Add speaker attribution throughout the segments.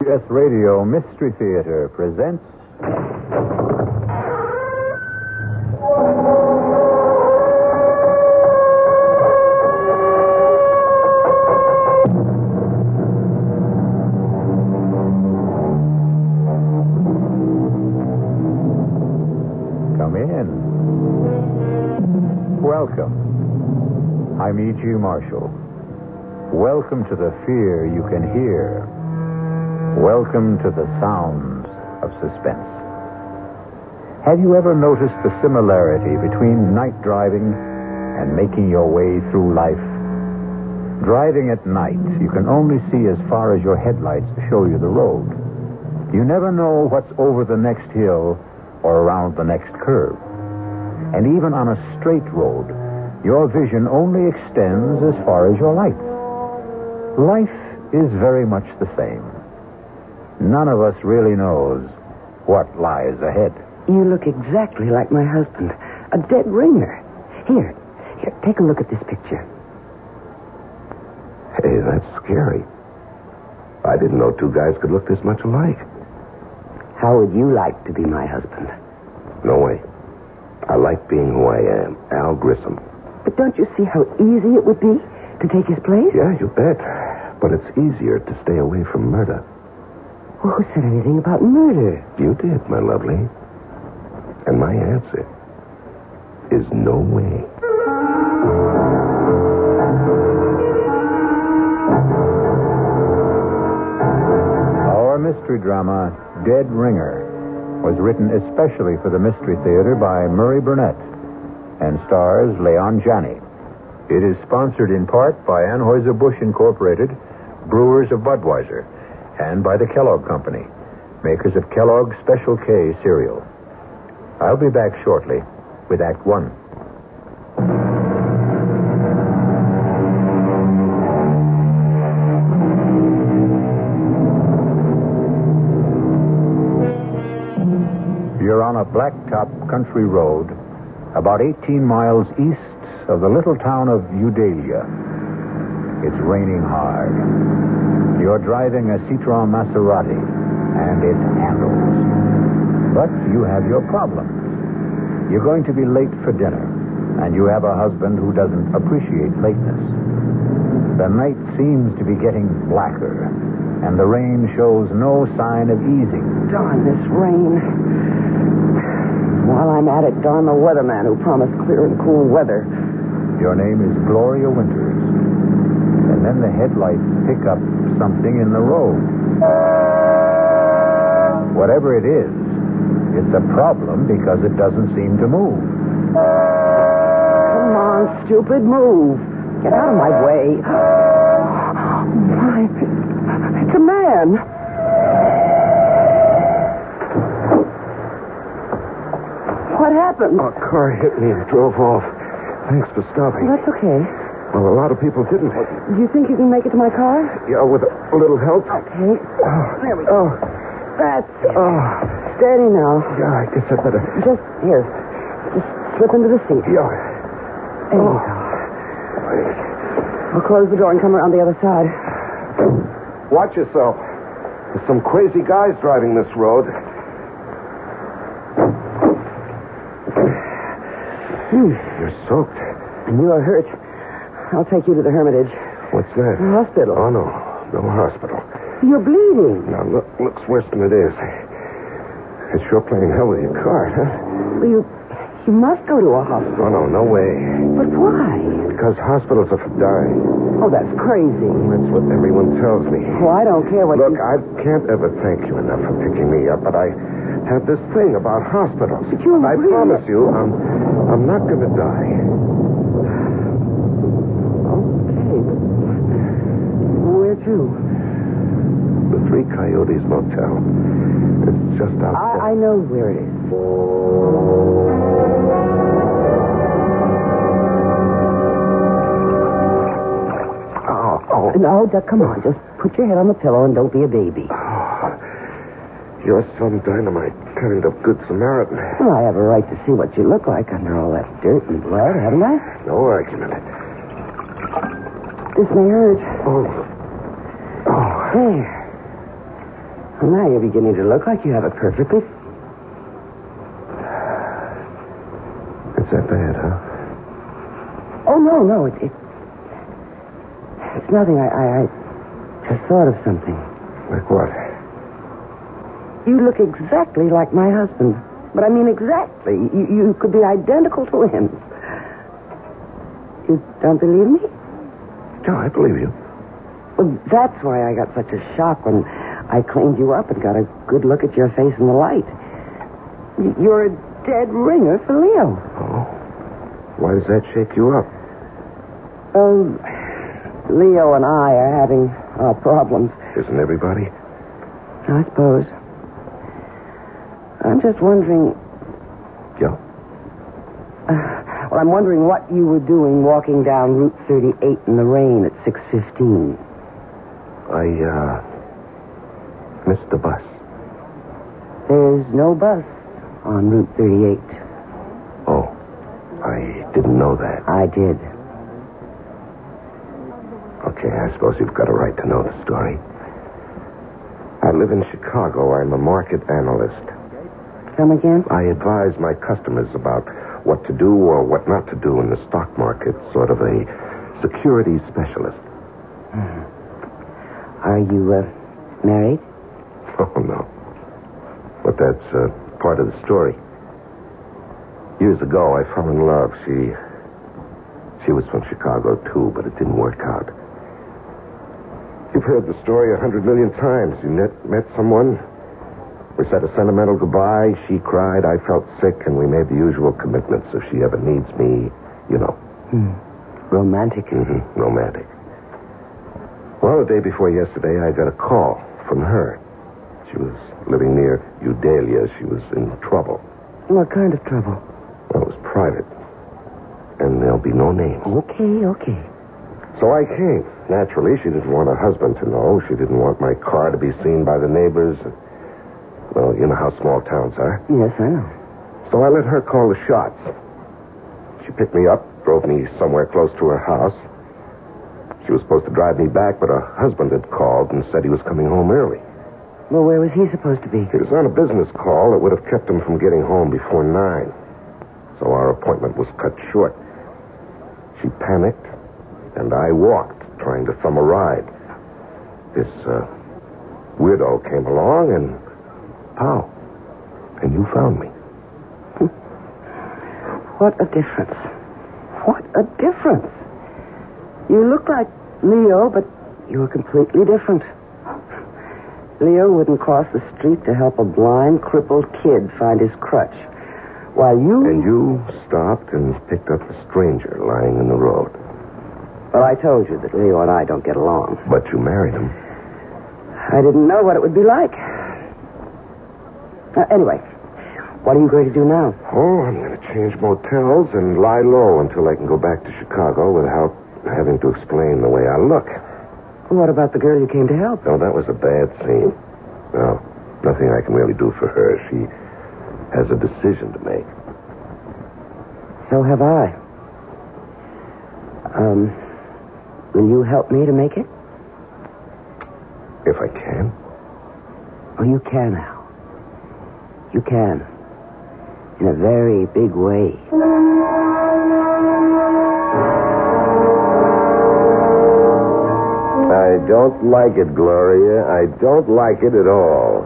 Speaker 1: CBS Radio Mystery Theater presents. Come in. Welcome. I'm E.G. Marshall. Welcome to the fear you can hear. Welcome to the sounds of suspense. Have you ever noticed the similarity between night driving and making your way through life? Driving at night, you can only see as far as your headlights show you the road. You never know what's over the next hill or around the next curve. And even on a straight road, your vision only extends as far as your lights. Life is very much the same. None of us really knows what lies ahead.
Speaker 2: You look exactly like my husband. A dead ringer. Here, here, take a look at this picture.
Speaker 3: Hey, that's scary. I didn't know two guys could look this much alike.
Speaker 2: How would you like to be my husband?
Speaker 3: No way. I like being who I am, Al Grissom.
Speaker 2: But don't you see how easy it would be to take his place?
Speaker 3: Yeah, you bet. But it's easier to stay away from murder.
Speaker 2: Well, who said anything about murder?
Speaker 3: You did, my lovely. And my answer is no way.
Speaker 1: Our mystery drama, Dead Ringer, was written especially for the Mystery Theater by Murray Burnett and stars Leon Janney. It is sponsored in part by Anheuser-Busch Incorporated, Brewers of Budweiser, and by the Kellogg Company, makers of Kellogg's Special K cereal. I'll be back shortly with Act One. You're on a blacktop country road about 18 miles east of the little town of Eudalia. It's raining hard. You're driving a Citroen Maserati, and it handles. But you have your problems. You're going to be late for dinner, and you have a husband who doesn't appreciate lateness. The night seems to be getting blacker, and the rain shows no sign of easing.
Speaker 2: Darn this rain. While I'm at it, darn the weatherman who promised clear and cool weather.
Speaker 1: Your name is Gloria Winters. And then the headlights pick up something in the road. Whatever it is, it's a problem because it doesn't seem to move.
Speaker 2: Come on, stupid, move. Get out of my way. My, it's a man. What happened?
Speaker 3: A Oh, car hit me and drove off. Thanks for stopping.
Speaker 2: That's okay.
Speaker 3: Well, a lot of people didn't.
Speaker 2: Do you think you can make it to my car?
Speaker 3: Yeah, with a little help.
Speaker 2: Okay. There we go.
Speaker 3: Oh,
Speaker 2: That's it.
Speaker 3: oh.
Speaker 2: Steady now.
Speaker 3: Yeah, I guess I better.
Speaker 2: Just here. Just slip into the seat.
Speaker 3: Yeah.
Speaker 2: There you go. I'll close the door and come around the other side.
Speaker 3: Watch yourself. There's some crazy guys driving this road. You're soaked.
Speaker 2: And you are hurt. I'll take you to the Hermitage
Speaker 3: What's that?
Speaker 2: Hospital.
Speaker 3: Oh, no. No hospital.
Speaker 2: You're bleeding.
Speaker 3: Now, look, looks worse than it is. It's sure playing hell with your card, huh?
Speaker 2: You, you must go to a hospital.
Speaker 3: Oh, no, no way.
Speaker 2: But why?
Speaker 3: Because hospitals are for dying.
Speaker 2: Oh, that's crazy.
Speaker 3: That's what everyone tells me.
Speaker 2: Well, I don't care what. you...
Speaker 3: Look, I can't ever thank you enough for picking me up, but I have this thing about hospitals.
Speaker 2: But you
Speaker 3: I
Speaker 2: really-
Speaker 3: promise you, I'm, I'm not going to die.
Speaker 2: Okay. but Where to?
Speaker 3: The Three Coyotes Motel. It's just outside.
Speaker 2: I, I know where it is.
Speaker 3: Oh, oh.
Speaker 2: No, Duck, come on. Just put your head on the pillow and don't be a baby.
Speaker 3: You're some dynamite kind of good Samaritan.
Speaker 2: Well, I have a right to see what you look like under all that dirt and blood, haven't I?
Speaker 3: No argument.
Speaker 2: This may hurt.
Speaker 3: Oh. Oh.
Speaker 2: There. Now you're beginning to look like you have it perfectly.
Speaker 3: It's that bad, huh?
Speaker 2: Oh, no, no. It, it, it's nothing. I, I, I just thought of something.
Speaker 3: Like what?
Speaker 2: You look exactly like my husband. But I mean exactly. You, you could be identical to him. You don't believe me?
Speaker 3: No, I believe you.
Speaker 2: Well, that's why I got such a shock when I cleaned you up and got a good look at your face in the light. Y- You're a dead ringer for Leo.
Speaker 3: Oh. Why does that shake you up?
Speaker 2: Oh, Leo and I are having our problems,
Speaker 3: Isn't everybody?
Speaker 2: I suppose. I'm just wondering. uh,
Speaker 3: Yeah.
Speaker 2: Well, I'm wondering what you were doing walking down Route 38 in the rain at 6:15.
Speaker 3: I, uh, missed the bus.
Speaker 2: There's no bus on Route 38.
Speaker 3: Oh. I didn't know that.
Speaker 2: I did.
Speaker 3: Okay, I suppose you've got a right to know the story. I live in Chicago. I'm a market analyst.
Speaker 2: Come again?
Speaker 3: I advise my customers about what to do or what not to do in the stock market, sort of a security specialist.
Speaker 2: Are you uh, married?
Speaker 3: Oh, no. But that's uh, part of the story. Years ago, I fell in love. She. She was from Chicago, too, but it didn't work out. You've heard the story a hundred million times. You met, met someone, we said a sentimental goodbye. She cried. I felt sick, and we made the usual commitments if she ever needs me, you know.
Speaker 2: Romantic.
Speaker 3: hmm Romantic. Well, the day before yesterday, I got a call from her. She was living near Eudalia. She was in trouble.
Speaker 2: What kind of trouble?
Speaker 3: Well, it was private. And there'll be no names.
Speaker 2: Okay, okay.
Speaker 3: So I came. Naturally, she didn't want her husband to know. She didn't want my car to be seen by the neighbors. Well, you know how small towns are.
Speaker 2: Yes, I know.
Speaker 3: So I let her call the shots. She picked me up, drove me somewhere close to her house. She was supposed to drive me back, but her husband had called and said he was coming home early.
Speaker 2: Well, where was he supposed to be?
Speaker 3: He was on a business call that would have kept him from getting home before nine. So our appointment was cut short. She panicked, and I walked, trying to thumb a ride. This uh, weirdo came along, and how? And you found me.
Speaker 2: What a difference. What a difference. You look like Leo, but you're completely different. Leo wouldn't cross the street to help a blind, crippled kid find his crutch. While you.
Speaker 3: And you stopped and picked up a stranger lying in the road.
Speaker 2: Well, I told you that Leo and I don't get along.
Speaker 3: But you married him.
Speaker 2: I didn't know what it would be like. Uh, anyway, what are you going to do now?
Speaker 3: Oh, I'm going to change motels and lie low until I can go back to Chicago without having to explain the way I look.
Speaker 2: What about the girl you came to help?
Speaker 3: No, that was a bad scene. No, nothing I can really do for her. She has a decision to make.
Speaker 2: So have I. Um, will you help me to make it?
Speaker 3: If I can.
Speaker 2: Oh, you can, Al. You can. In a very big way.
Speaker 3: I don't like it, Gloria. I don't like it at all.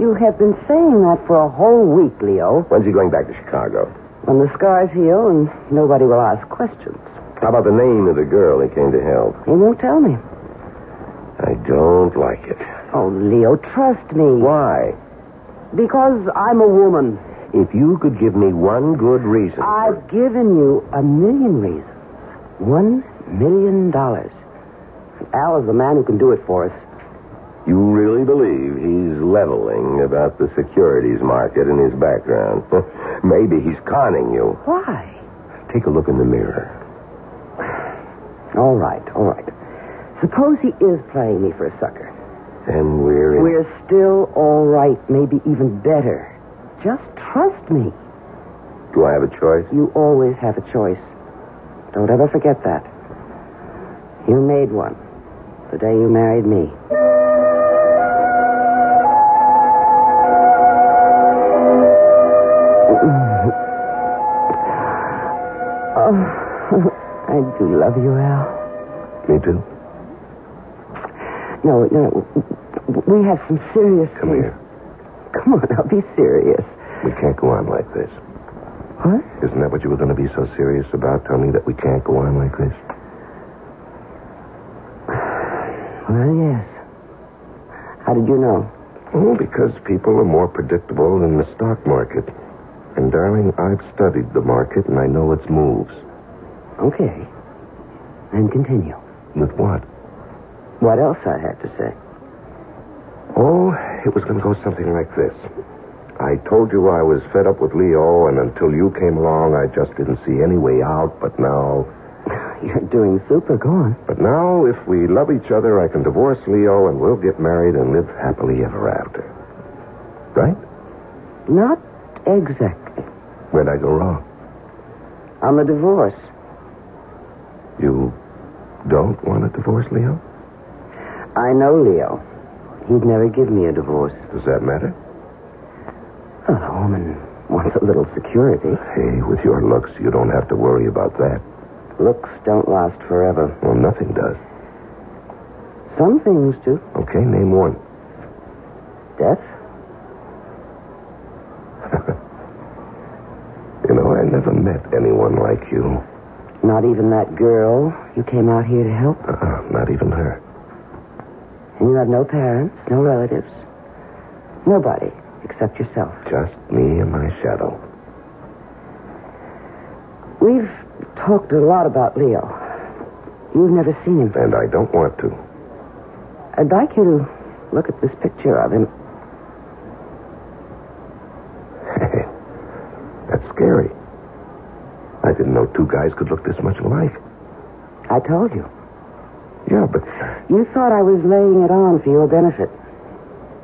Speaker 2: You have been saying that for a whole week, Leo.
Speaker 3: When's he going back to Chicago?
Speaker 2: When the scars heal and nobody will ask questions.
Speaker 3: How about the name of the girl he came to help?
Speaker 2: He won't tell me.
Speaker 3: I don't like it.
Speaker 2: Oh, Leo, trust me.
Speaker 3: Why?
Speaker 2: Because I'm a woman.
Speaker 3: If you could give me one good reason.
Speaker 2: I've given you a million reasons. One million dollars. Al is the man who can do it for us.
Speaker 3: You really believe he's leveling about the securities market and his background? Maybe he's conning you.
Speaker 2: Why?
Speaker 3: Take a look in the mirror.
Speaker 2: All right, all right. Suppose he is playing me for a sucker.
Speaker 3: And we're in.
Speaker 2: We're still all right, maybe even better. Just trust me.
Speaker 3: Do I have a choice?
Speaker 2: You always have a choice. Don't ever forget that. You made one the day you married me. Oh, I do love you, Al.
Speaker 3: Me too.
Speaker 2: No, no, we have some serious.
Speaker 3: Come here.
Speaker 2: Come on, I'll be serious.
Speaker 3: We can't go on like this.
Speaker 2: What?
Speaker 3: Isn't that what you were going to be so serious about, Tony, that we can't go on like this?
Speaker 2: Well, yes. How did you know?
Speaker 3: Well, because people are more predictable than the stock market. And, darling, I've studied the market and I know its moves.
Speaker 2: Okay. Then continue.
Speaker 3: With what?
Speaker 2: What else I had to say?
Speaker 3: Oh, it was going to go something like this. I told you I was fed up with Leo, and until you came along, I just didn't see any way out. But now,
Speaker 2: You're doing super. Go on.
Speaker 3: but now, if we love each other, I can divorce Leo, and we'll get married and live happily ever after. Right?
Speaker 2: Not exactly.
Speaker 3: Where'd I go wrong?
Speaker 2: On the divorce.
Speaker 3: You don't want to divorce Leo?
Speaker 2: I know Leo. He'd never give me a divorce.
Speaker 3: Does that matter?
Speaker 2: Well, a woman wants a little security.
Speaker 3: Hey, with your looks, you don't have to worry about that.
Speaker 2: Looks don't last forever.
Speaker 3: Well, nothing does.
Speaker 2: Some things do.
Speaker 3: Okay, name one.
Speaker 2: Death?
Speaker 3: You know, I never met anyone like you.
Speaker 2: Not even that girl you came out here to help.
Speaker 3: Uh-uh, not even her.
Speaker 2: And you have no parents, no relatives. Nobody except yourself.
Speaker 3: Just me and my shadow.
Speaker 2: We've talked a lot about Leo. You've never seen him.
Speaker 3: And I don't want to.
Speaker 2: I'd like you to look at this picture of him.
Speaker 3: That's scary. I didn't know two guys could look this much alike.
Speaker 2: I told you.
Speaker 3: Yeah, but
Speaker 2: You thought I was laying it on for your benefit.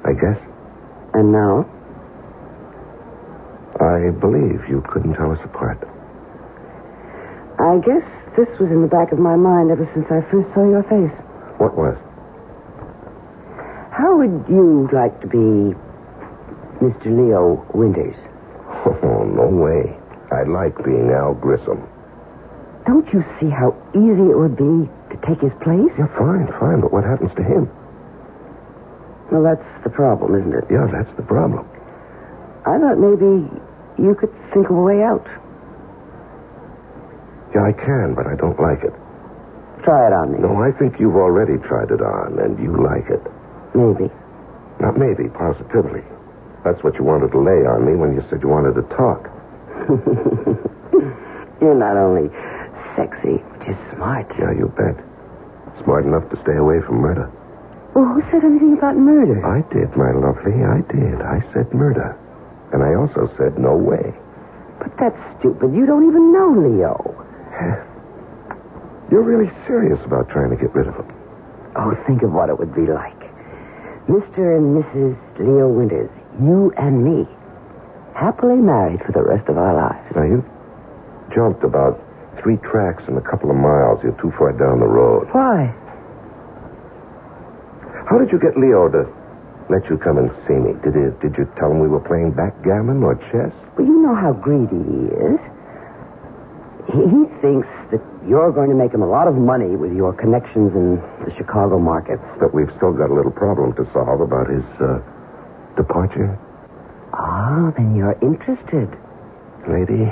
Speaker 3: I guess
Speaker 2: And now?
Speaker 3: I believe you couldn't tell us apart.
Speaker 2: I guess this was in the back of my mind ever since I first saw your face.
Speaker 3: What was?
Speaker 2: How would you like to be Mr. Leo Winters?
Speaker 3: Oh, no way. I like being Al Grissom.
Speaker 2: Don't you see how easy it would be to take his place?
Speaker 3: Yeah, fine, fine, but what happens to him?
Speaker 2: Well, that's the problem, isn't it?
Speaker 3: Yeah, that's the problem.
Speaker 2: I thought maybe you could think of a way out.
Speaker 3: Yeah, I can, but I don't like it.
Speaker 2: Try it on me.
Speaker 3: No, I think you've already tried it on, and you like it.
Speaker 2: Maybe.
Speaker 3: Not maybe, positively. That's what you wanted to lay on me when you said you wanted to talk.
Speaker 2: You're not only sexy, but you're smart.
Speaker 3: Yeah, you bet. Smart enough to stay away from murder.
Speaker 2: Well, who said anything about murder?
Speaker 3: I did, my lovely. I did. I said murder. And I also said no way.
Speaker 2: But that's stupid. You don't even know Leo.
Speaker 3: You're really serious about trying to get rid of him.
Speaker 2: Oh, think of what it would be like. Mr. and Mrs. Leo Winters, you and me, happily married for the rest of our lives.
Speaker 3: Now, you jumped about three tracks in a couple of miles. You're too far down the road.
Speaker 2: Why?
Speaker 3: How did you get Leo to let you come and see me? Did you, did you tell him we were playing backgammon or chess?
Speaker 2: Well, you know how greedy he is. He, he thinks that you're going to make him a lot of money with your connections in the Chicago markets.
Speaker 3: But we've still got a little problem to solve about his uh, departure.
Speaker 2: Ah, then you're interested.
Speaker 3: Lady,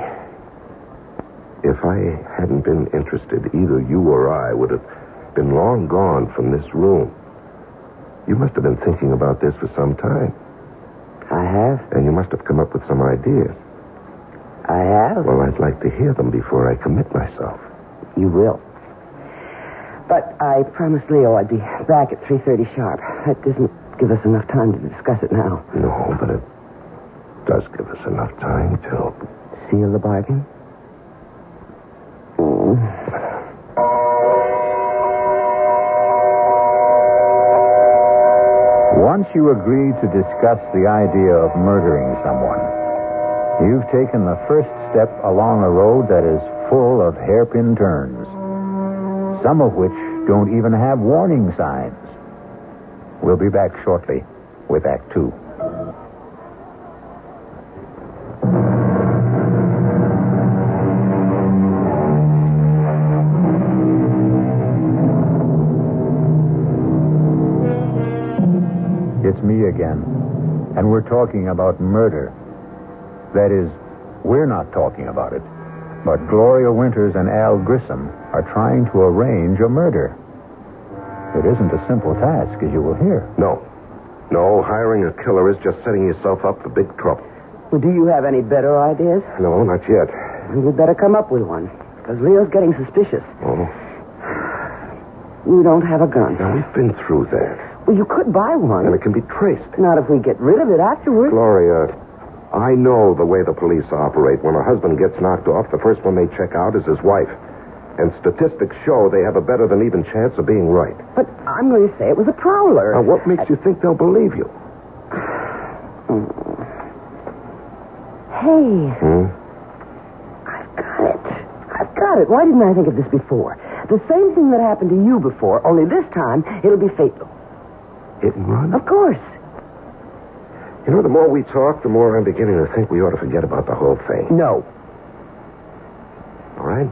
Speaker 3: if I hadn't been interested, either you or I would have been long gone from this room. You must have been thinking about this for some time,
Speaker 2: I have.
Speaker 3: and you must have come up with some ideas.
Speaker 2: I have.
Speaker 3: Well, I'd like to hear them before I commit myself.
Speaker 2: You will. But I promised Leo I'd be back at 3.30 sharp. That doesn't give us enough time to discuss it now.
Speaker 3: No, but it does give us enough time to.
Speaker 2: Seal the bargain?
Speaker 1: Once you agree to discuss the idea of murdering someone, you've taken the first step along a road that is full of hairpin turns, some of which don't even have warning signs. We'll be back shortly with Act Two. It's me again. And we're talking about murder. That is, we're not talking about it. But Gloria Winters and Al Grissom are trying to arrange a murder. It isn't a simple task, as you will hear.
Speaker 3: No. No, hiring a killer is just setting yourself up for big trouble.
Speaker 2: Well, do you have any better ideas?
Speaker 3: No, not yet.
Speaker 2: Well, You'd better come up with one, because Leo's getting suspicious.
Speaker 3: Oh,
Speaker 2: You don't have a gun.
Speaker 3: now we've been through that.
Speaker 2: Well, you could buy
Speaker 3: And
Speaker 2: one.
Speaker 3: it can be traced.
Speaker 2: Not if we get rid of it afterwards.
Speaker 3: Gloria, I know the way the police operate. When a husband gets knocked off, the first one they check out is his wife. And statistics show they have a better than even chance of being right.
Speaker 2: But I'm going to say it was a prowler.
Speaker 3: Now, what makes you think they'll believe you?
Speaker 2: Hey,
Speaker 3: Hmm?
Speaker 2: I've got it. I've got it. Why didn't I think of this before? The same thing that happened to you before, only this time it'll be fatal.
Speaker 3: Hit and run?
Speaker 2: Of course.
Speaker 3: You know, the more we talk, the more I'm beginning to think we ought to forget about the whole thing.
Speaker 2: No.
Speaker 3: All right?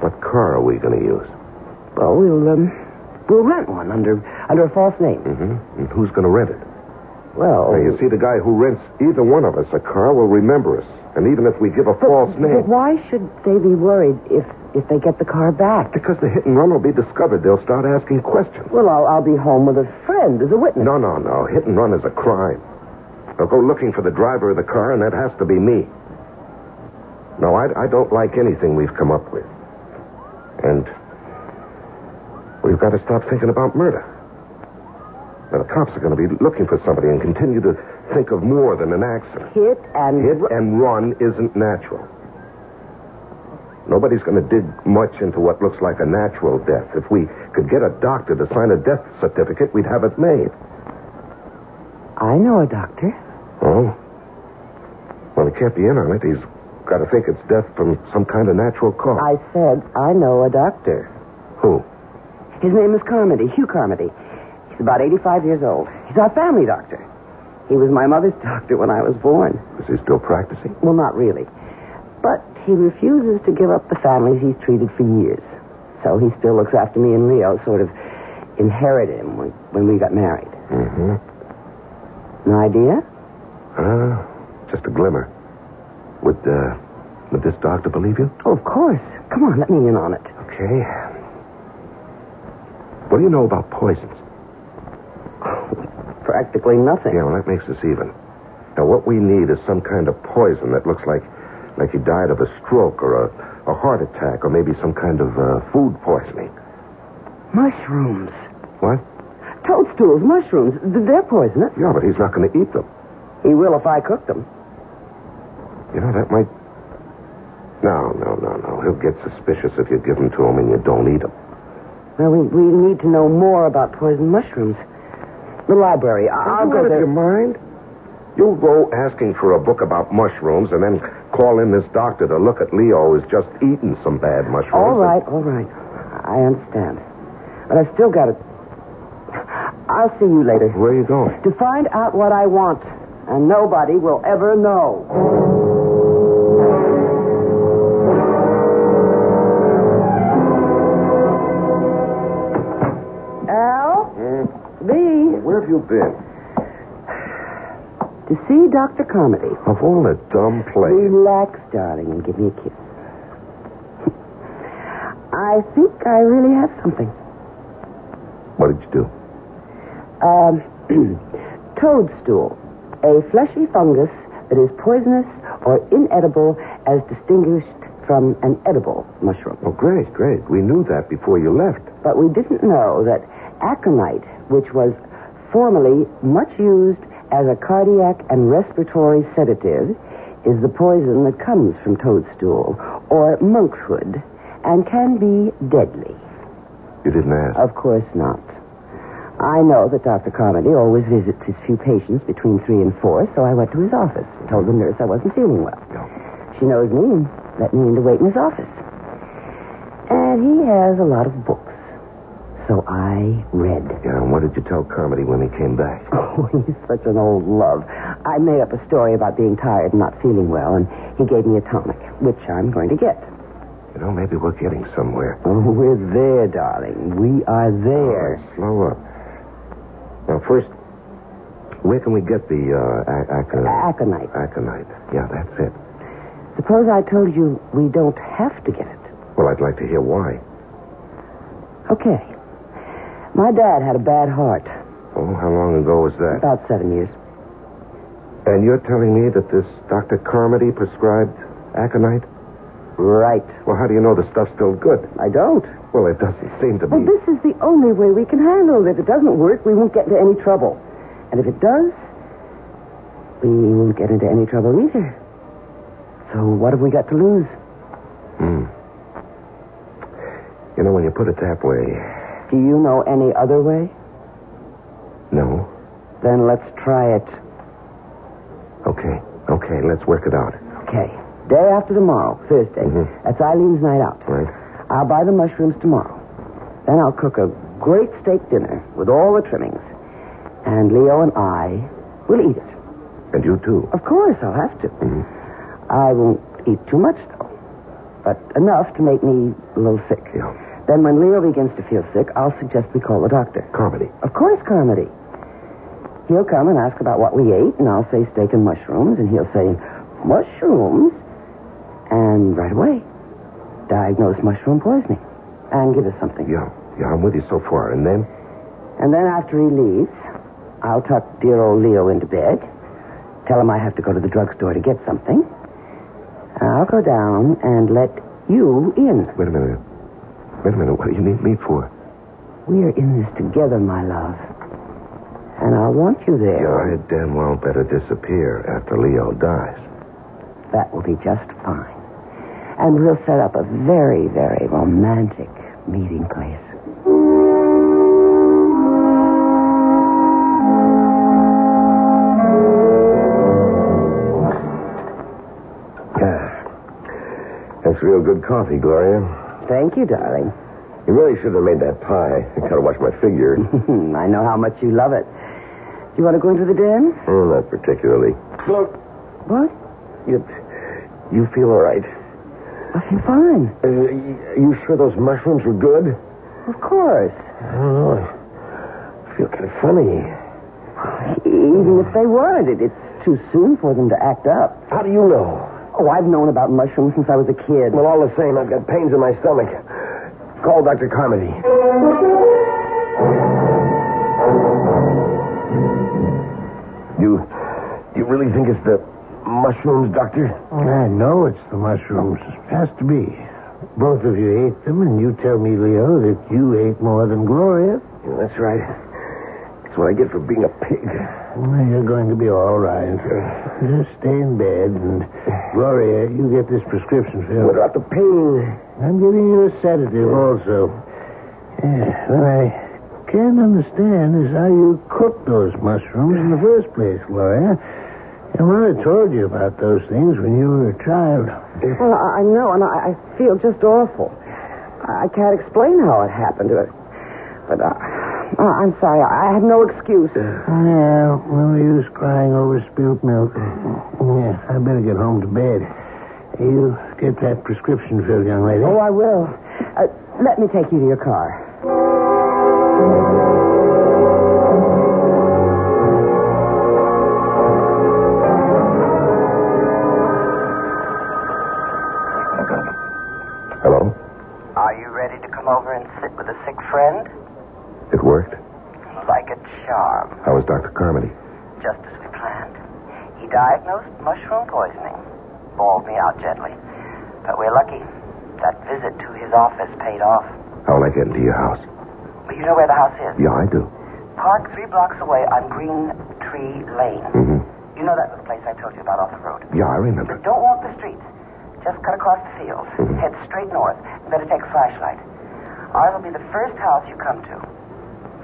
Speaker 3: What car are we going to use?
Speaker 2: Well, we'll um, we'll rent one under under a false name.
Speaker 3: Mm-hmm. And who's going to rent it?
Speaker 2: Well,
Speaker 3: Now, you see, the guy who rents either one of us a car will remember us. And even if we give a false
Speaker 2: but
Speaker 3: name,
Speaker 2: why should they be worried if if they get the car back?
Speaker 3: because the hit and run will be discovered, they'll start asking questions.
Speaker 2: Well, I'll I'll be home with a friend as a witness.
Speaker 3: No, no, no. Hit and run is a crime. They'll go looking for the driver of the car, and that has to be me. No, I, I don't like anything we've come up with. And we've got to stop thinking about murder. Now, the cops are going to be looking for somebody and continue to think of more than an accident.
Speaker 2: Hit and
Speaker 3: Hit and run isn't natural. Nobody's going to dig much into what looks like a natural death. If we could get a doctor to sign a death certificate, we'd have it made.
Speaker 2: I know a doctor.
Speaker 3: Oh? Well, he can't be in on it. He's got to think it's death from some kind of natural cause.
Speaker 2: I said I know a doctor.
Speaker 3: Who?
Speaker 2: His name is Carmody, Hugh Carmody. He's about 85 years old. He's our family doctor. He was my mother's doctor when I was born.
Speaker 3: Is he still practicing?
Speaker 2: Well, not really. But he refuses to give up the families he's treated for years. So he still looks after me and Leo, sort of inherited him when, when we got married.
Speaker 3: Mm-hmm.
Speaker 2: An idea?
Speaker 3: Uh, just a glimmer. Would, uh, would this doctor believe you?
Speaker 2: Oh, of course. Come on, let me in on it.
Speaker 3: Okay. What do you know about poisons?
Speaker 2: Practically nothing.
Speaker 3: Yeah, well, that makes us even. Now, what we need is some kind of poison that looks like, like he died of a stroke or a, a heart attack or maybe some kind of uh, food poisoning.
Speaker 2: Mushrooms.
Speaker 3: What?
Speaker 2: Toadstools, mushrooms. Th- They're poisonous.
Speaker 3: Yeah, but he's not going to eat them.
Speaker 2: He will if I cook them.
Speaker 3: You know, that might. No, no, no, no. He'll get suspicious if you give them to him and you don't eat them.
Speaker 2: Well, we, we need to know more about poison mushrooms. The library. I- I'll go
Speaker 3: out of your
Speaker 2: there.
Speaker 3: mind. You go asking for a book about mushrooms and then call in this doctor to look at Leo who's just eaten some bad mushrooms.
Speaker 2: All right, all right. I understand. But I still got to. I'll see you later.
Speaker 3: Where are you going?
Speaker 2: To find out what I want. And nobody will ever know. Al? B?
Speaker 3: Where have you been?
Speaker 2: To see Dr. Comedy.
Speaker 3: Of all the dumb places.
Speaker 2: Relax, darling, and give me a kiss. I think I really have something.
Speaker 3: What did you do?
Speaker 2: Um, toadstool, a fleshy fungus that is poisonous or inedible as distinguished from an edible mushroom.
Speaker 3: Oh, great, great. We knew that before you left.
Speaker 2: But we didn't know that aconite, which was formerly much used as a cardiac and respiratory sedative, is the poison that comes from toadstool or monkshood and can be deadly.
Speaker 3: You didn't ask.
Speaker 2: Of course not. I know that Dr. Carmody always visits his few patients between three and four, so I went to his office and told the nurse I wasn't feeling well.
Speaker 3: No.
Speaker 2: She knows me and let me in to wait in his office. And he has a lot of books. So I read.
Speaker 3: Yeah, and what did you tell Carmody when he came back?
Speaker 2: Oh, he's such an old love. I made up a story about being tired and not feeling well, and he gave me a tonic, which I'm going to get.
Speaker 3: You know, maybe we're getting somewhere.
Speaker 2: Oh, we're there, darling. We are
Speaker 3: All
Speaker 2: there.
Speaker 3: right, slow up. Now, first, where can we get the uh, a- aconite?
Speaker 2: Aconite.
Speaker 3: Aconite. Yeah, that's it.
Speaker 2: Suppose I told you we don't have to get it.
Speaker 3: Well, I'd like to hear why.
Speaker 2: Okay. My dad had a bad heart
Speaker 3: Oh, how long ago was that?
Speaker 2: about seven years.
Speaker 3: And you're telling me that this Dr. Carmody prescribed aconite?
Speaker 2: Right.
Speaker 3: Well, how do you know the stuff's still good?
Speaker 2: I don't.
Speaker 3: Well, it doesn't seem to be.
Speaker 2: Well, this is the only way we can handle it. If it doesn't work, we won't get into any trouble. And if it does, we won't get into any trouble either. So what have we got to lose?
Speaker 3: Hmm. You know, when you put it that way,
Speaker 2: Do you know any other way?
Speaker 3: no.
Speaker 2: Then let's try it.
Speaker 3: Okay, okay, let's work it out.
Speaker 2: Okay. Mm-hmm. Day after tomorrow, Thursday.
Speaker 3: Mhm.
Speaker 2: That's Eileen's night out.
Speaker 3: Right.
Speaker 2: I'll buy the mushrooms tomorrow. Then I'll cook a great steak dinner with all the trimmings. And Leo and I will eat it.
Speaker 3: And you too.
Speaker 2: Of course, I'll have to.
Speaker 3: Mhm.
Speaker 2: I won't eat too much, though. But enough to make me a little sick.
Speaker 3: Yeah.
Speaker 2: Then when Leo begins to feel sick, I'll suggest we call the doctor.
Speaker 3: Comedy.
Speaker 2: Of course, Carmody. He'll come and ask about what we ate, and I'll say steak and mushrooms, and he'll say, mushrooms? And right away, diagnose mushroom poisoning and give us something.
Speaker 3: Yeah, yeah, I'm with you so far. And then?
Speaker 2: And then after he leaves, I'll tuck dear old Leo into bed, tell him I have to go to the drugstore to get something. And I'll go down and let you in.
Speaker 3: Wait a minute. Wait a minute. What do you need me for?
Speaker 2: We're in this together, my love. And I want you
Speaker 3: Yeah, I
Speaker 2: there.
Speaker 3: had damn well better disappear after Leo dies.
Speaker 2: That will be just fine. And we'll set up a very, very romantic meeting place.
Speaker 3: Yeah. That's real good coffee, Gloria.
Speaker 2: Thank you, darling.
Speaker 3: You really should have made that pie. I gotta watch my figure.
Speaker 2: I know how much you love it. Do you want to go into the den?
Speaker 3: oh, not particularly. Look,
Speaker 2: What?
Speaker 3: you, you feel all right.
Speaker 2: I feel fine.
Speaker 3: Uh, y- you sure those mushrooms were good?
Speaker 2: Of course.
Speaker 3: I don't know. I feel kind of funny.
Speaker 2: Even if they weren't, it, it's too soon for them to act up.
Speaker 3: How do you know?
Speaker 2: Oh, I've known about mushrooms since I was a kid.
Speaker 3: Well, all the same, I've got pains in my stomach. Call Dr. Carmody. You, you really think it's the mushrooms, Doctor?
Speaker 4: I know it's the mushrooms. Has to be. Both of you ate them, and you tell me, Leo, that you ate more than Gloria.
Speaker 3: Yeah, that's right. That's what I get for being a pig.
Speaker 4: Well, you're going to be all right. Just stay in bed, and Gloria, you get this prescription
Speaker 3: What
Speaker 4: filled.
Speaker 3: about the pain?
Speaker 4: I'm giving you a sedative also. Yeah, what I can't understand is how you cooked those mushrooms in the first place, Gloria. Your mother told you about those things when you were a child.
Speaker 2: Well, I I know, and I, I feel just awful. I I can't explain how it happened, but, but uh, uh, I'm sorry. I I have no excuse.
Speaker 4: Well, no use crying over spilt milk. Yeah, I better get home to bed. You get that prescription filled, young lady.
Speaker 2: Oh, I will. Uh, let me take you to your car.
Speaker 3: Hello?
Speaker 2: Are you ready to come over and sit with a sick friend?
Speaker 3: It worked.
Speaker 2: Like a charm,
Speaker 3: How was Dr. Carmody?
Speaker 2: just as we planned. He diagnosed mushroom poisoning. Bawled me out gently. But we're lucky. That visit to his office paid off.
Speaker 3: How will I get into your house?
Speaker 2: Well, you know where the house is?
Speaker 3: Yeah, I do.
Speaker 2: Park three blocks away on Green Tree Lane.
Speaker 3: Mm-hmm.
Speaker 2: You know that little place I told you about off the road.
Speaker 3: Yeah, I remember.
Speaker 2: Don't walk the streets. Just cut across the fields. Head straight north. Better take a flashlight. Ours will be the first house you come to.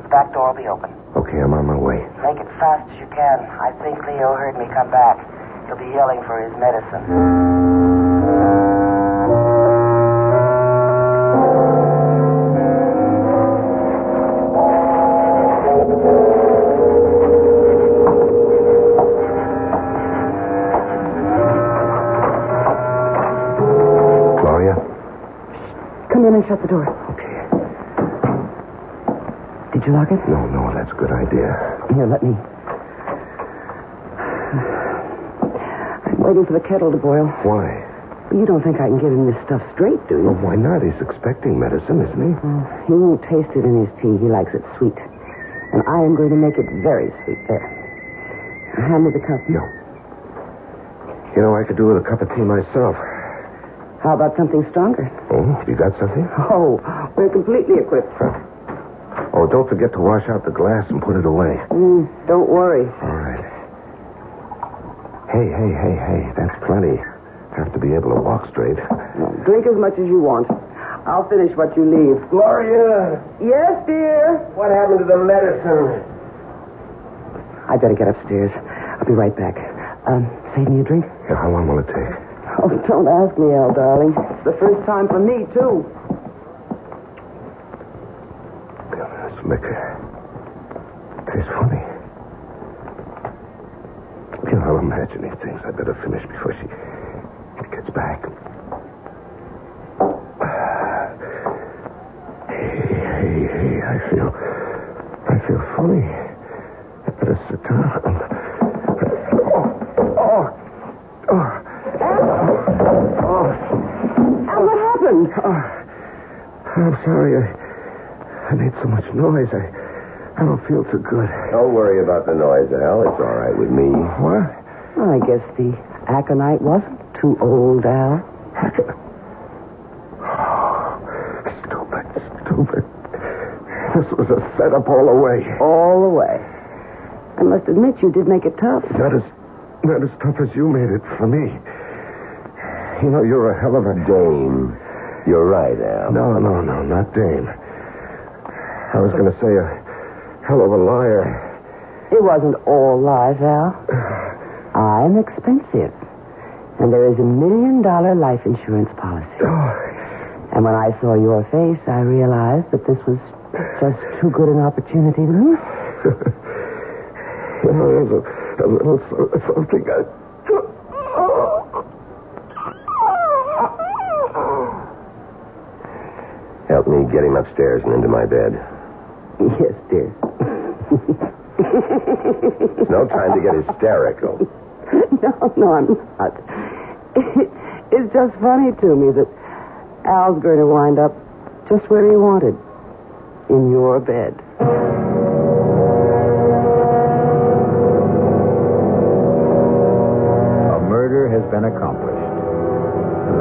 Speaker 2: The back door will be open.
Speaker 3: Okay, I'm on my way.
Speaker 2: Make it fast as you can. I think Leo heard me come back. He'll be yelling for his medicine.
Speaker 3: Gloria?
Speaker 2: Come in and shut the door.
Speaker 3: Okay.
Speaker 2: Did you your luggage?
Speaker 3: No, no, that's a good idea.
Speaker 2: Here, let me. I'm waiting for the kettle to boil.
Speaker 3: Why?
Speaker 2: You don't think I can give him this stuff straight, do
Speaker 3: Well,
Speaker 2: you?
Speaker 3: why not? He's expecting medicine, isn't he?
Speaker 2: He won't Mm, taste it in his tea. He likes it sweet. And I am going to make it very sweet. There. Hand me the cup.
Speaker 3: No. You know, I could do with a cup of tea myself.
Speaker 2: How about something stronger?
Speaker 3: Oh, you got something?
Speaker 2: Oh, we're completely equipped.
Speaker 3: Oh, don't forget to wash out the glass and put it away.
Speaker 2: Mm, don't worry.
Speaker 3: All right. Hey, hey, hey, hey, that's plenty. Have to be able to walk straight.
Speaker 2: Drink as much as you want. I'll finish what you leave.
Speaker 4: Gloria,
Speaker 2: Yes, dear.
Speaker 4: what happened to the medicine?
Speaker 2: I better get upstairs. I'll be right back. Um, save me a drink?
Speaker 3: Yeah, how long will it take?
Speaker 2: Oh, don't ask me, Al, darling. It's the first time for me, too.
Speaker 3: Damn, This liquor tastes funny. You know, I'm imagining things. I better finish before she gets back. Hey, hey, hey, I feel, I feel funny. I better sit down. Oh, oh, oh, oh. Uh,
Speaker 2: Al, what happened?
Speaker 3: I'm sorry. I, I made so much noise. I, I don't feel too good. Don't worry about the noise, Al. It's all right with me. What?
Speaker 2: Well, I guess the aconite wasn't too old, Al.
Speaker 3: Stupid, stupid. This was a setup all the way.
Speaker 2: All the way. I must admit, you did make it tough.
Speaker 3: Not as, not as tough as you made it for me. You know, you're a hell of a dame. You're right, Al. No, no, no, not dame. I was going to say a hell of a liar.
Speaker 2: It wasn't all lies, Al. I'm expensive. And there is a million dollar life insurance policy.
Speaker 3: Oh.
Speaker 2: And when I saw your face, I realized that this was just too good an opportunity Hmm? to miss.
Speaker 3: You know, there's a, a little so- something I. Help me get him upstairs and into my bed.
Speaker 2: Yes, dear.
Speaker 3: It's no time to get hysterical.
Speaker 2: No, no, I'm not. It's just funny to me that Al's going to wind up just where he wanted in your bed.
Speaker 1: A murder has been accomplished.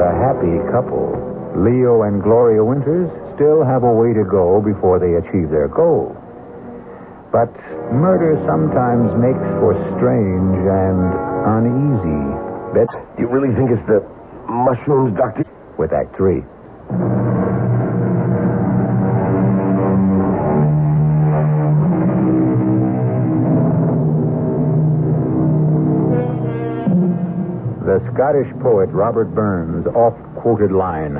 Speaker 1: The happy couple, Leo and Gloria Winters, still have a way to go before they achieve their goal. But murder sometimes makes for strange and uneasy bets
Speaker 3: You really think it's the mushrooms, Doctor?
Speaker 1: with Act Three. The Scottish poet Robert Burns' oft quoted line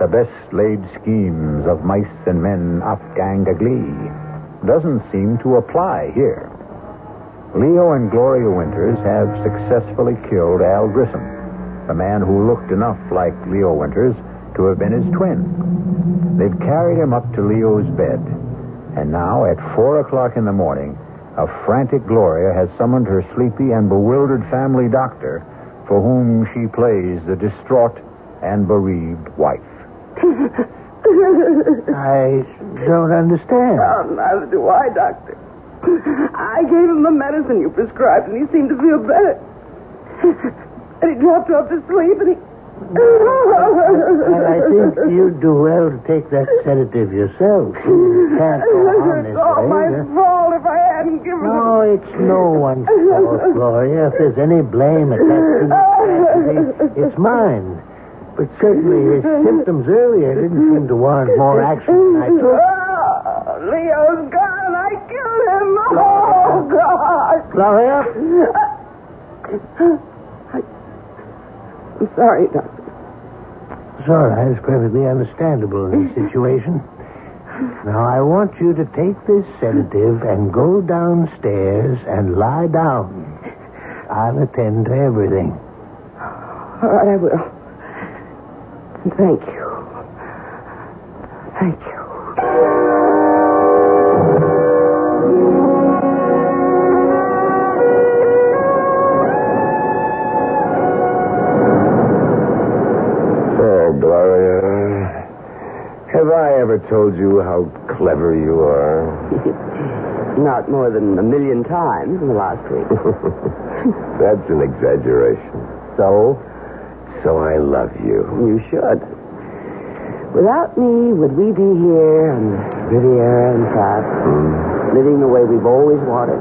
Speaker 1: The best laid schemes of mice and men oft gang a glee doesn't seem to apply here. Leo and Gloria Winters have successfully killed Al Grissom, a man who looked enough like Leo Winters to have been his twin. They've carried him up to Leo's bed, and now at four o'clock in the morning, a frantic Gloria has summoned her sleepy and bewildered family doctor, for whom she plays the distraught and bereaved wife.
Speaker 4: I don't understand.
Speaker 2: Um, neither do I, Doctor. I gave him the medicine you prescribed, and he seemed to feel better. And he dropped off to sleep, and he.
Speaker 4: Well, I think you'd do well to take that sedative yourself. You can't go on this
Speaker 2: It's all Oh, my
Speaker 4: way.
Speaker 2: fault if I hadn't given him.
Speaker 4: eh? No, it's no one's fault, Gloria. If there's any blame attached to this tragedy, it's mine. But certainly his symptoms earlier didn't seem to warrant more action than I took.
Speaker 2: Oh, Leo's gone, and I killed him. Oh, God.
Speaker 4: Gloria?
Speaker 2: I'm sorry, Doctor.
Speaker 4: It's all right. It's perfectly understandable in this situation. Now, I want you to take this sedative and go downstairs and lie down. I'll attend to everything.
Speaker 2: All right, I will. And thank you. Thank you.
Speaker 3: Oh,
Speaker 4: ever told you how clever you are?
Speaker 2: Not more than a million times in the last week.
Speaker 4: That's an exaggeration.
Speaker 2: So?
Speaker 4: So I love you.
Speaker 2: You should. Without me, would we be here on the Riviera in France, living the way we've always wanted,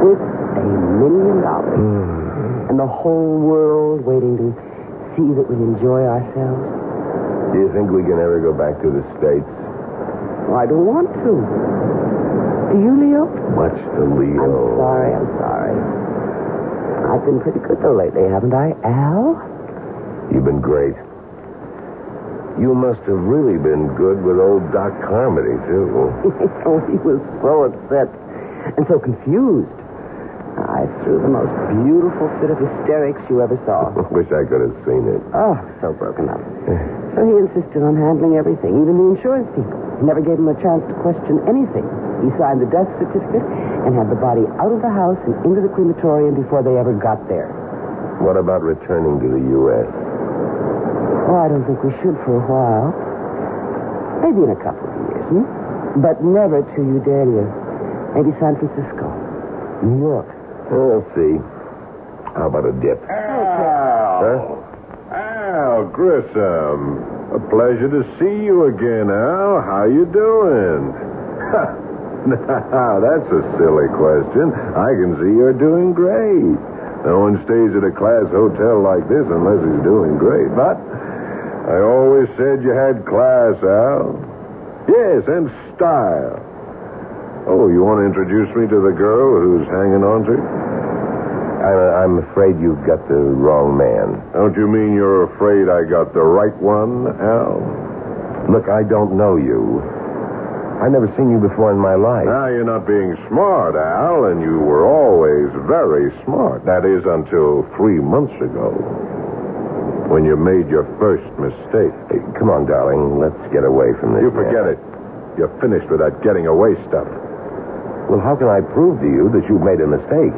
Speaker 2: with a million dollars, and the whole world waiting to see that we enjoy ourselves?
Speaker 4: Do you think we can ever go back to the States?
Speaker 2: Well, I don't want to. Do you, Leo?
Speaker 4: Much to
Speaker 2: I'm
Speaker 3: Oh.
Speaker 4: Leo.
Speaker 2: sorry, I'm sorry. I've been pretty good though lately, haven't I, Al?
Speaker 4: You've been great. You must have really been good with old Doc Carmody, too.
Speaker 2: oh, he was so upset and so confused. I threw the most beautiful fit of hysterics you ever saw.
Speaker 4: Wish I could have seen it.
Speaker 2: Oh, so broken up. So he insisted on handling everything, even the insurance people. Never gave him a chance to question anything. He signed the death certificate and had the body out of the house and into the crematorium before they ever got there.
Speaker 4: What about returning to the U.S.?
Speaker 2: Oh, I don't think we should for a while. Maybe in a couple of years, hmm? But never to Eudalia. Maybe San Francisco, New York.
Speaker 4: We'll see. How about a dip?
Speaker 3: Al. Al Grissom. A pleasure to see you again, Al. How you doing? now, that's a silly question. I can see you're doing great. No one stays at a class hotel like this unless he's doing great. But I always said you had class, Al. Yes, and style. Oh, you want to introduce me to the girl who's hanging on to you?
Speaker 4: I'm, I'm afraid you've got the wrong man.
Speaker 3: Don't you mean you're afraid I got the right one, Al?
Speaker 4: Look, I don't know you. I've never seen you before in my life.
Speaker 3: Now Ah, you're not being smart, Al, and you were always very smart. That is until three months ago, when you made your first mistake.
Speaker 4: Hey, come on, darling. Let's get away from this.
Speaker 3: You forget it. You're finished with that getting away stuff.
Speaker 4: it. Well, how can I prove to you that you've made a mistake?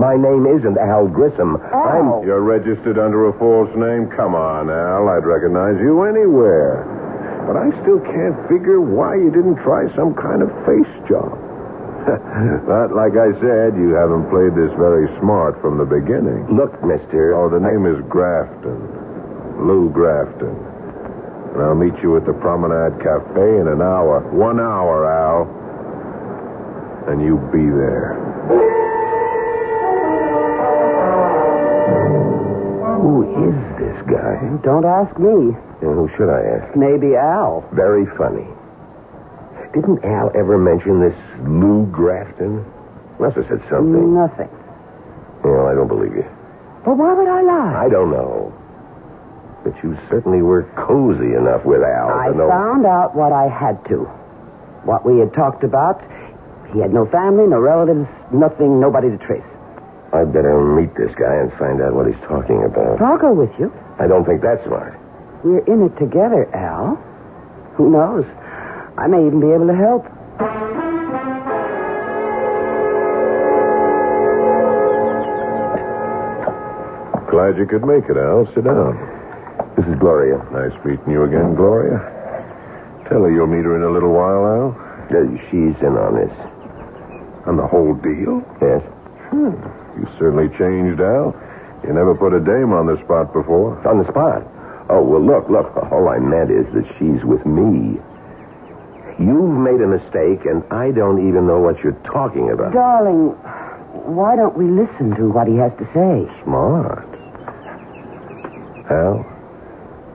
Speaker 4: My name isn't Al Grissom.
Speaker 2: Al.
Speaker 3: You're registered under a false name? Come on, Al. I'd recognize you anywhere. But I still can't figure why you didn't try some kind of face job. but like I said, you haven't played this very smart from the beginning.
Speaker 4: I'm. Look, mister.
Speaker 3: Oh, the name is Grafton. Lou Grafton. And I'll meet you at the Promenade Cafe in an hour. One hour, Al. And you be there.
Speaker 4: Who is this guy?
Speaker 2: Don't ask me.
Speaker 4: And who should I ask?
Speaker 2: Maybe Al.
Speaker 4: Very funny. Didn't Al ever mention this Lou Grafton? Must have said something.
Speaker 2: Nothing.
Speaker 4: Well, I don't believe you.
Speaker 2: But why would I lie?
Speaker 4: I don't know. But you certainly were cozy enough with Al.
Speaker 2: I
Speaker 4: to know.
Speaker 2: found out what I had to. What we had talked about. He had no family, no relatives, nothing, nobody to trace.
Speaker 4: I'd better meet this guy and find out what he's talking about.
Speaker 2: I'll go with you.
Speaker 4: I don't think that's smart.
Speaker 2: We're in it together, Al. Who knows? I may even be able to help.
Speaker 3: Glad you could make it, Al. Sit down.
Speaker 4: This is Gloria.
Speaker 3: Nice meeting you again, Gloria. Tell her you'll meet her in a little while, Al.
Speaker 4: Uh, She's in on this.
Speaker 3: On the whole deal? Hmm.
Speaker 4: Yes.
Speaker 3: You certainly changed, Al. You never put a dame on the spot before.
Speaker 4: On the spot. Oh, well, look, look. All I meant is that she's with me. You've made a mistake, and I don't even know what you're talking about.
Speaker 2: Darling, why don't we listen to what he has to say?
Speaker 4: Smart.
Speaker 3: Al,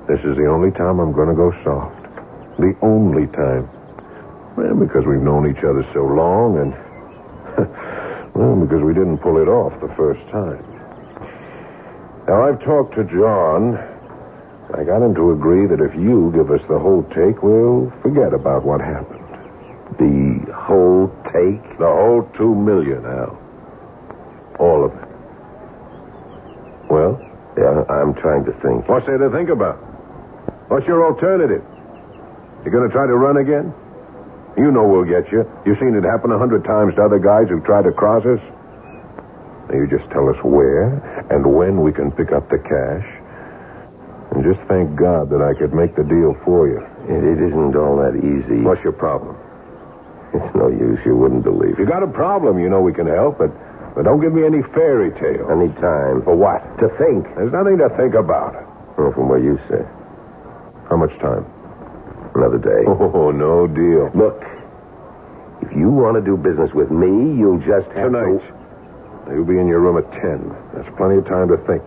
Speaker 3: this is the only time I'm going to go soft. The only time. Well, because we've known each other so long, and. well, because we didn't pull it off the first time. Now, I've talked to John. I got him to agree that if you give us the whole take, we'll forget about what happened.
Speaker 4: The whole take?
Speaker 3: The whole two million, Al. All of it. Well?
Speaker 4: Yeah, I'm trying to think.
Speaker 3: What's there to think about? What's your alternative? You going to try to run again? You know we'll get you. You've seen it happen a hundred times to other guys who've tried to cross us. Now you just tell us where and when we can pick up the cash. And just thank God that I could make the deal for you. It, it isn't all that easy.
Speaker 5: What's your problem?
Speaker 3: It's no use. You wouldn't believe
Speaker 5: If you got a problem, you know we can help, but, but don't give me any fairy tale.
Speaker 3: I need time.
Speaker 5: For what?
Speaker 3: To think.
Speaker 5: There's nothing to think about.
Speaker 3: Well, from what you say.
Speaker 5: How much time?
Speaker 3: Another day.
Speaker 5: Oh, no deal.
Speaker 3: Look, if you want to do business with me, you'll just have
Speaker 5: Tonight.
Speaker 3: to...
Speaker 5: You'll be in your room at 10. That's plenty of time to think.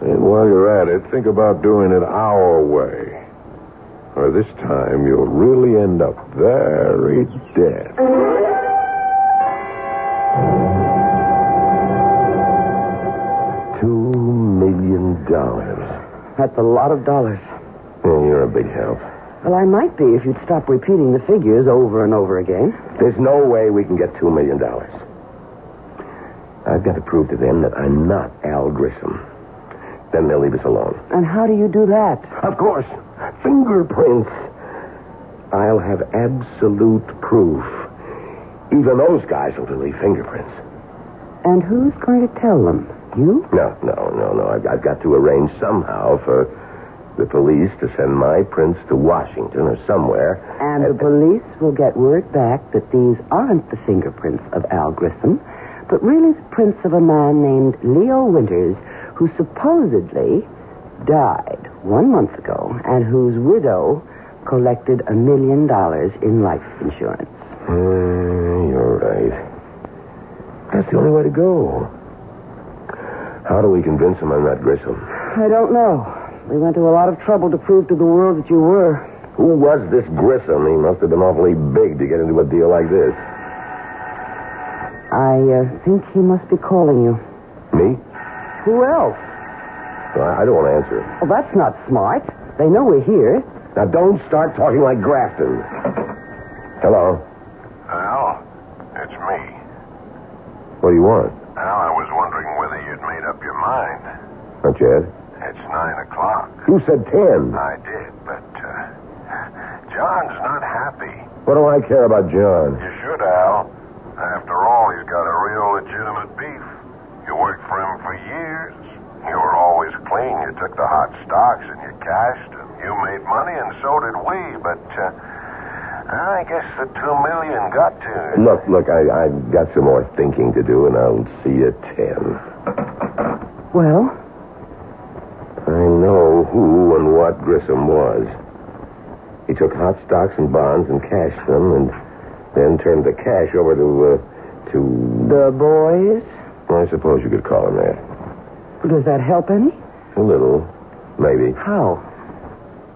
Speaker 5: And while you're at it, think about doing it our way. Or this time, you'll really end up very dead.
Speaker 3: Two million dollars.
Speaker 2: That's a lot of dollars.
Speaker 3: Yeah, you're a big help.
Speaker 2: Well, I might be if you'd stop repeating the figures over and over again.
Speaker 3: There's no way we can get two million dollars. I've got to prove to them that I'm not Al Grissom. Then they'll leave us alone.
Speaker 2: And how do you do that?
Speaker 3: Of course. Fingerprints. I'll have absolute proof. Even those guys will leave fingerprints.
Speaker 2: And who's going to tell them? You?
Speaker 3: No, no, no, no. I've, I've got to arrange somehow for the police to send my prints to Washington or somewhere.
Speaker 2: And the police will get word back that these aren't the fingerprints of Al Grissom, but really the prints of a man named Leo Winters who supposedly died one month ago and whose widow collected a million dollars in life insurance.
Speaker 3: Mm, you're right. That's the only way to go. How do we convince them I'm not Grissom?
Speaker 2: I don't know. We went to a lot of trouble to prove to the world that you were.
Speaker 3: Who was this Grissom? He must have been awfully big to get into a deal like this.
Speaker 2: I uh, think he must be calling you.
Speaker 3: Me?
Speaker 2: Who else?
Speaker 3: No, I I don't want to answer it.
Speaker 2: Well, that's not smart. They know we're here.
Speaker 3: Now, don't start talking like Grafton. Hello.
Speaker 6: Al, it's me.
Speaker 3: What do you want?
Speaker 6: Al, I was wondering whether you'd made up your mind.
Speaker 3: Not yet.
Speaker 6: It's nine o'clock.
Speaker 3: You said ten.
Speaker 6: I did, but uh, John's not happy.
Speaker 3: What do I care about John?
Speaker 6: You should, Al. After all, he's got a real legitimate beef. You worked for him for years. You were always clean. You took the hot stocks and you cashed them. You made money, and so did we. But uh, I guess the two million got to. you.
Speaker 3: Look, look, I, I've got some more thinking to do, and I'll see you at ten.
Speaker 2: Well,
Speaker 3: I know who and what Grissom was. He took hot stocks and bonds and cashed them, and then turned the cash over to uh, to.
Speaker 2: the boys.
Speaker 3: Well, I suppose you could call him that.
Speaker 2: Does that help any?
Speaker 3: A little, maybe.
Speaker 2: How?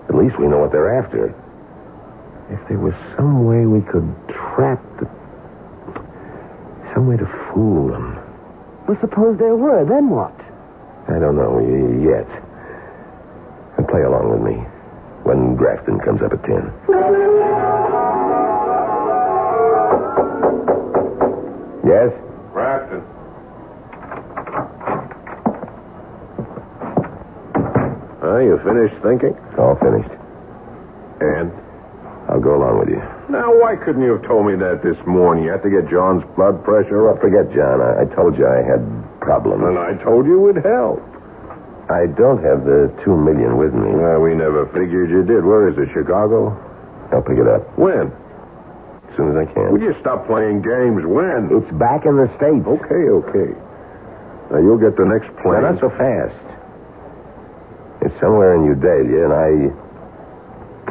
Speaker 3: At least we know what they're after. If there was some way we could trap the, some way to fool them.
Speaker 2: Well, suppose there were. Then what?
Speaker 3: I don't know y- yet. And play along with me when Grafton comes up at 10. Yes?
Speaker 5: Grafton. Huh, you finished thinking?
Speaker 3: All finished.
Speaker 5: And?
Speaker 3: I'll go along with you.
Speaker 5: Now, why couldn't you have told me that this morning? You had to get John's blood pressure
Speaker 3: Well,
Speaker 5: up again.
Speaker 3: forget John. I, I told you I had problems.
Speaker 5: And I told you it would help.
Speaker 3: I don't have the two million with me.
Speaker 5: Well, we never figured you did. Where is it, Chicago?
Speaker 3: I'll pick it up
Speaker 5: When?
Speaker 3: as soon as I
Speaker 5: Would
Speaker 3: can.
Speaker 5: you stop playing games? When?
Speaker 3: It's back in the States.
Speaker 5: Okay, okay. Now, you'll get the next
Speaker 3: Now,
Speaker 5: plane.
Speaker 3: not so fast. It's somewhere in Eudalia, and I.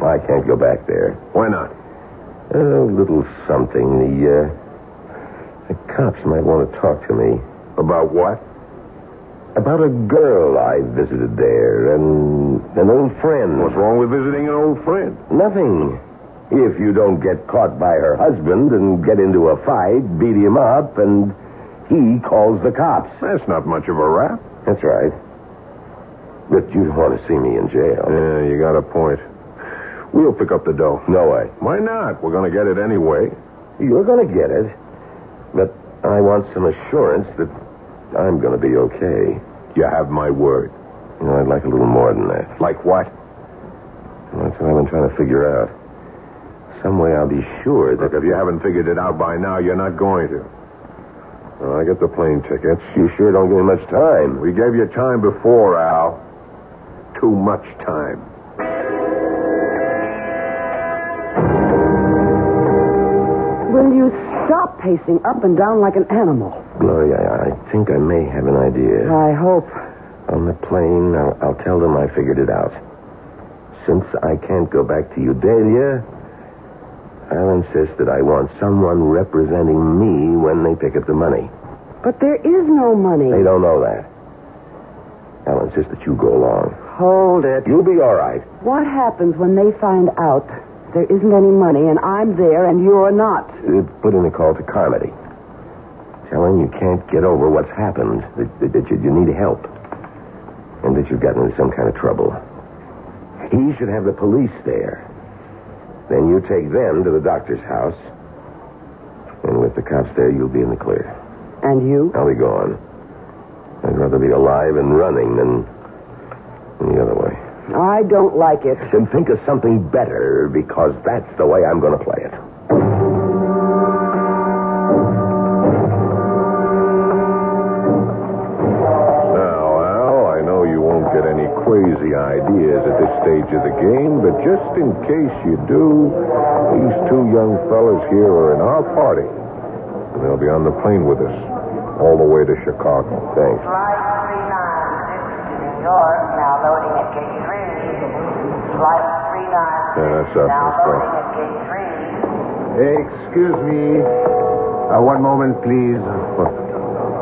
Speaker 3: I can't go back there.
Speaker 5: Why not?
Speaker 3: A little something. The, uh, the cops might want to talk to me
Speaker 5: About what?
Speaker 3: about a girl I visited there and an old friend.
Speaker 5: What's wrong with visiting an old friend?
Speaker 3: Nothing. If you don't get caught by her husband and get into a fight, beat him up, and he calls the cops.
Speaker 5: That's not much of a rap.
Speaker 3: That's right. But you don't want to see me in jail.
Speaker 5: Yeah, you got a point. We'll pick up the dough.
Speaker 3: No way.
Speaker 5: Why not? We're going to get it anyway.
Speaker 3: You're going to get it, but I want some assurance that I'm going to be okay.
Speaker 5: You have my word.
Speaker 3: You know, I'd like a little more than that.
Speaker 5: Like what?
Speaker 3: Well, That's what I've been trying to figure out. Some way I'll be sure
Speaker 5: Look,
Speaker 3: that
Speaker 5: if you haven't figured it out by now, you're not going to. Well, I get the plane tickets.
Speaker 3: you sure don't give me much time.
Speaker 5: We gave you time before, Al. Too much time.
Speaker 2: Stop pacing up and down like an animal.
Speaker 3: Gloria, I, I think I may have an idea.
Speaker 2: I hope.
Speaker 3: On the plane, I'll, I'll tell them I figured it out. Since I can't go back to Eudalia, I'll insist that I want someone representing me when they pick up the money.
Speaker 2: But there is no money.
Speaker 3: They don't know that. I'll insist that you go along.
Speaker 2: Hold it.
Speaker 3: You'll be all right.
Speaker 2: What happens when they find out there isn't any money and I'm there and you're not?
Speaker 3: Uh, Put in a call to Carmody. Tell him you can't get over what's happened, that, that, that you, you need help, and that you've gotten into some kind of trouble. He should have the police there. Then you take them to the doctor's house, and with the cops there, you'll be in the clear.
Speaker 2: And you?
Speaker 3: I'll be gone. I'd rather be alive and running than than the other way.
Speaker 2: I don't like it.
Speaker 3: Then think of something better, because that's the way I'm going to play it.
Speaker 5: Now, Al, I know you won't get any crazy ideas at this stage of the game, but just in case you do, these two young fellas here are in our party. And they'll be on the plane with us all the way to Chicago. Thanks.
Speaker 7: Flight 3960 to New York, now loading at gate 3. Flight 396
Speaker 5: Yeah, that's up.
Speaker 7: now
Speaker 5: That's right.
Speaker 7: loading at gate 3.
Speaker 5: Excuse me.
Speaker 1: Uh,
Speaker 5: one moment, please. What?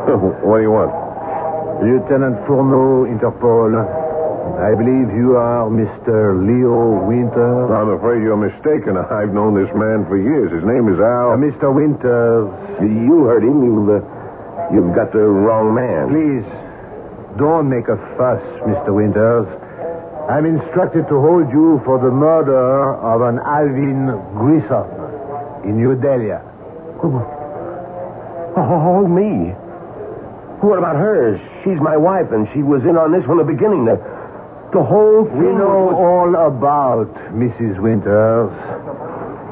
Speaker 5: what do you want?
Speaker 1: Lieutenant Fourneau, Interpol. I believe you are Mr. Leo Winter.
Speaker 5: I'm afraid you're mistaken. I've known this man for years. His name is Al.
Speaker 1: Uh, Mr. Winters,
Speaker 3: You heard him. You, uh, you've got the wrong man.
Speaker 1: please don't make a fuss, Mr. Winters. I'm instructed to hold you for the murder of an Alvin Grissom in New Delhi.
Speaker 3: Oh, me. What about hers? She's my wife, and she was in on this from the beginning. The, the whole thing.
Speaker 1: We know
Speaker 3: was-
Speaker 1: all about Mrs. Winters.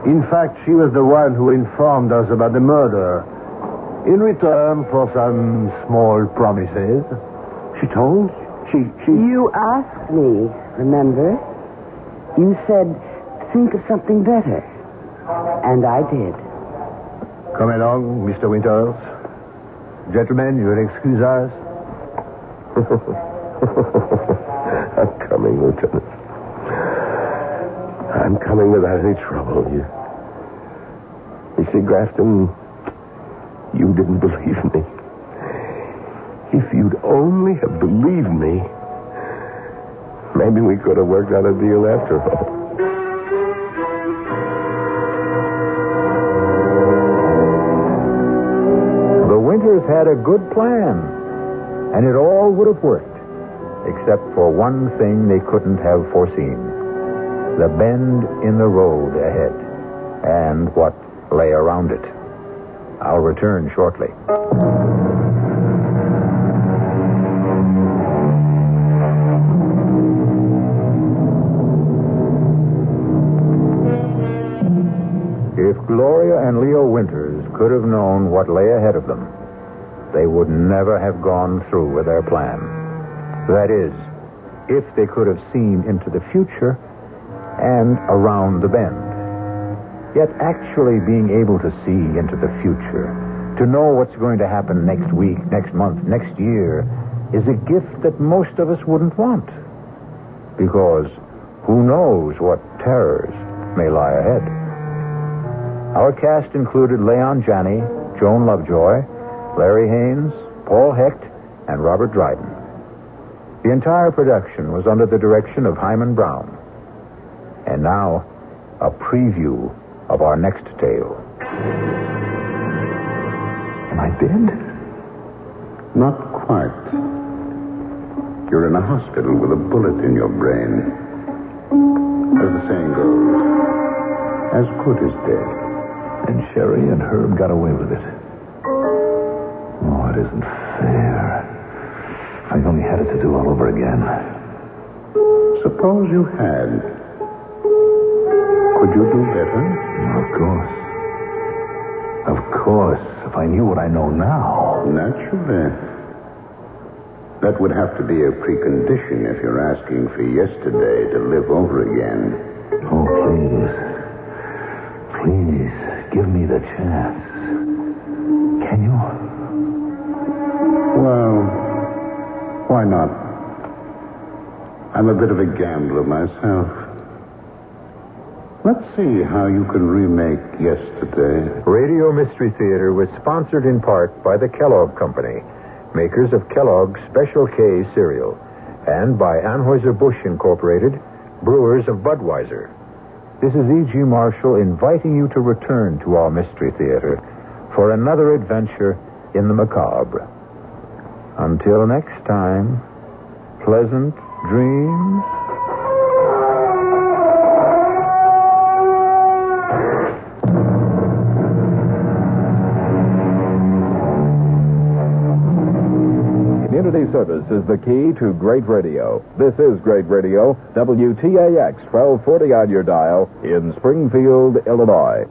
Speaker 1: In fact, she was the one who informed us about the murder. In return for some small promises.
Speaker 3: She told? She, she.
Speaker 2: You asked me, remember? You said, think of something better. And I did.
Speaker 1: Come along, Mr. Winters. Gentlemen, you'll excuse us.
Speaker 3: I'm coming, Lieutenant. I'm coming without any trouble. You, you see, Grafton, you didn't believe me. If you'd only have believed me, maybe we could have worked out a deal after all.
Speaker 1: The Winters had a good plan, and it all would have worked, except for one thing they couldn't have foreseen the bend in the road ahead and what lay around it. I'll return shortly. If Gloria and Leo Winters could have known what lay ahead of them, they would never have gone through with their plan. That is, if they could have seen into the future and around the bend. Yet actually being able to see into the future, to know what's going to happen next week, next month, next year, is a gift that most of us wouldn't want. Because who knows what terrors may lie ahead. Our cast included Leon Janney, Joan Lovejoy, Larry Haynes, Paul Hecht, and Robert Dryden. The entire production was under the direction of Hyman Brown. And now, a preview of our next tale.
Speaker 3: Am I dead?
Speaker 8: Not quite. You're in a hospital with a bullet in your brain. As the saying goes, as good as dead.
Speaker 3: And Sherry and Herb got away with it. Oh, it isn't fair. If I only had it to do all over again.
Speaker 8: Suppose you had. Could you do better?
Speaker 3: Of course. Of course, if I knew what I know now.
Speaker 8: Naturally. That would have to be a precondition if you're asking for yesterday to live over again.
Speaker 3: Oh, please. Please, give me the chance. I'm a bit of a gambler myself. Let's see how you can remake yesterday.
Speaker 1: Radio Mystery Theater was sponsored in part by the Kellogg Company, makers of Kellogg's Special K cereal, and by Anheuser-Busch Incorporated, brewers of Budweiser. This is E.G. Marshall inviting you to return to our Mystery Theater for another adventure in the macabre. Until next time, pleasant dreams.
Speaker 9: Community service is the key to great radio. This is Great Radio, WTAX 1240 on your dial in Springfield, Illinois.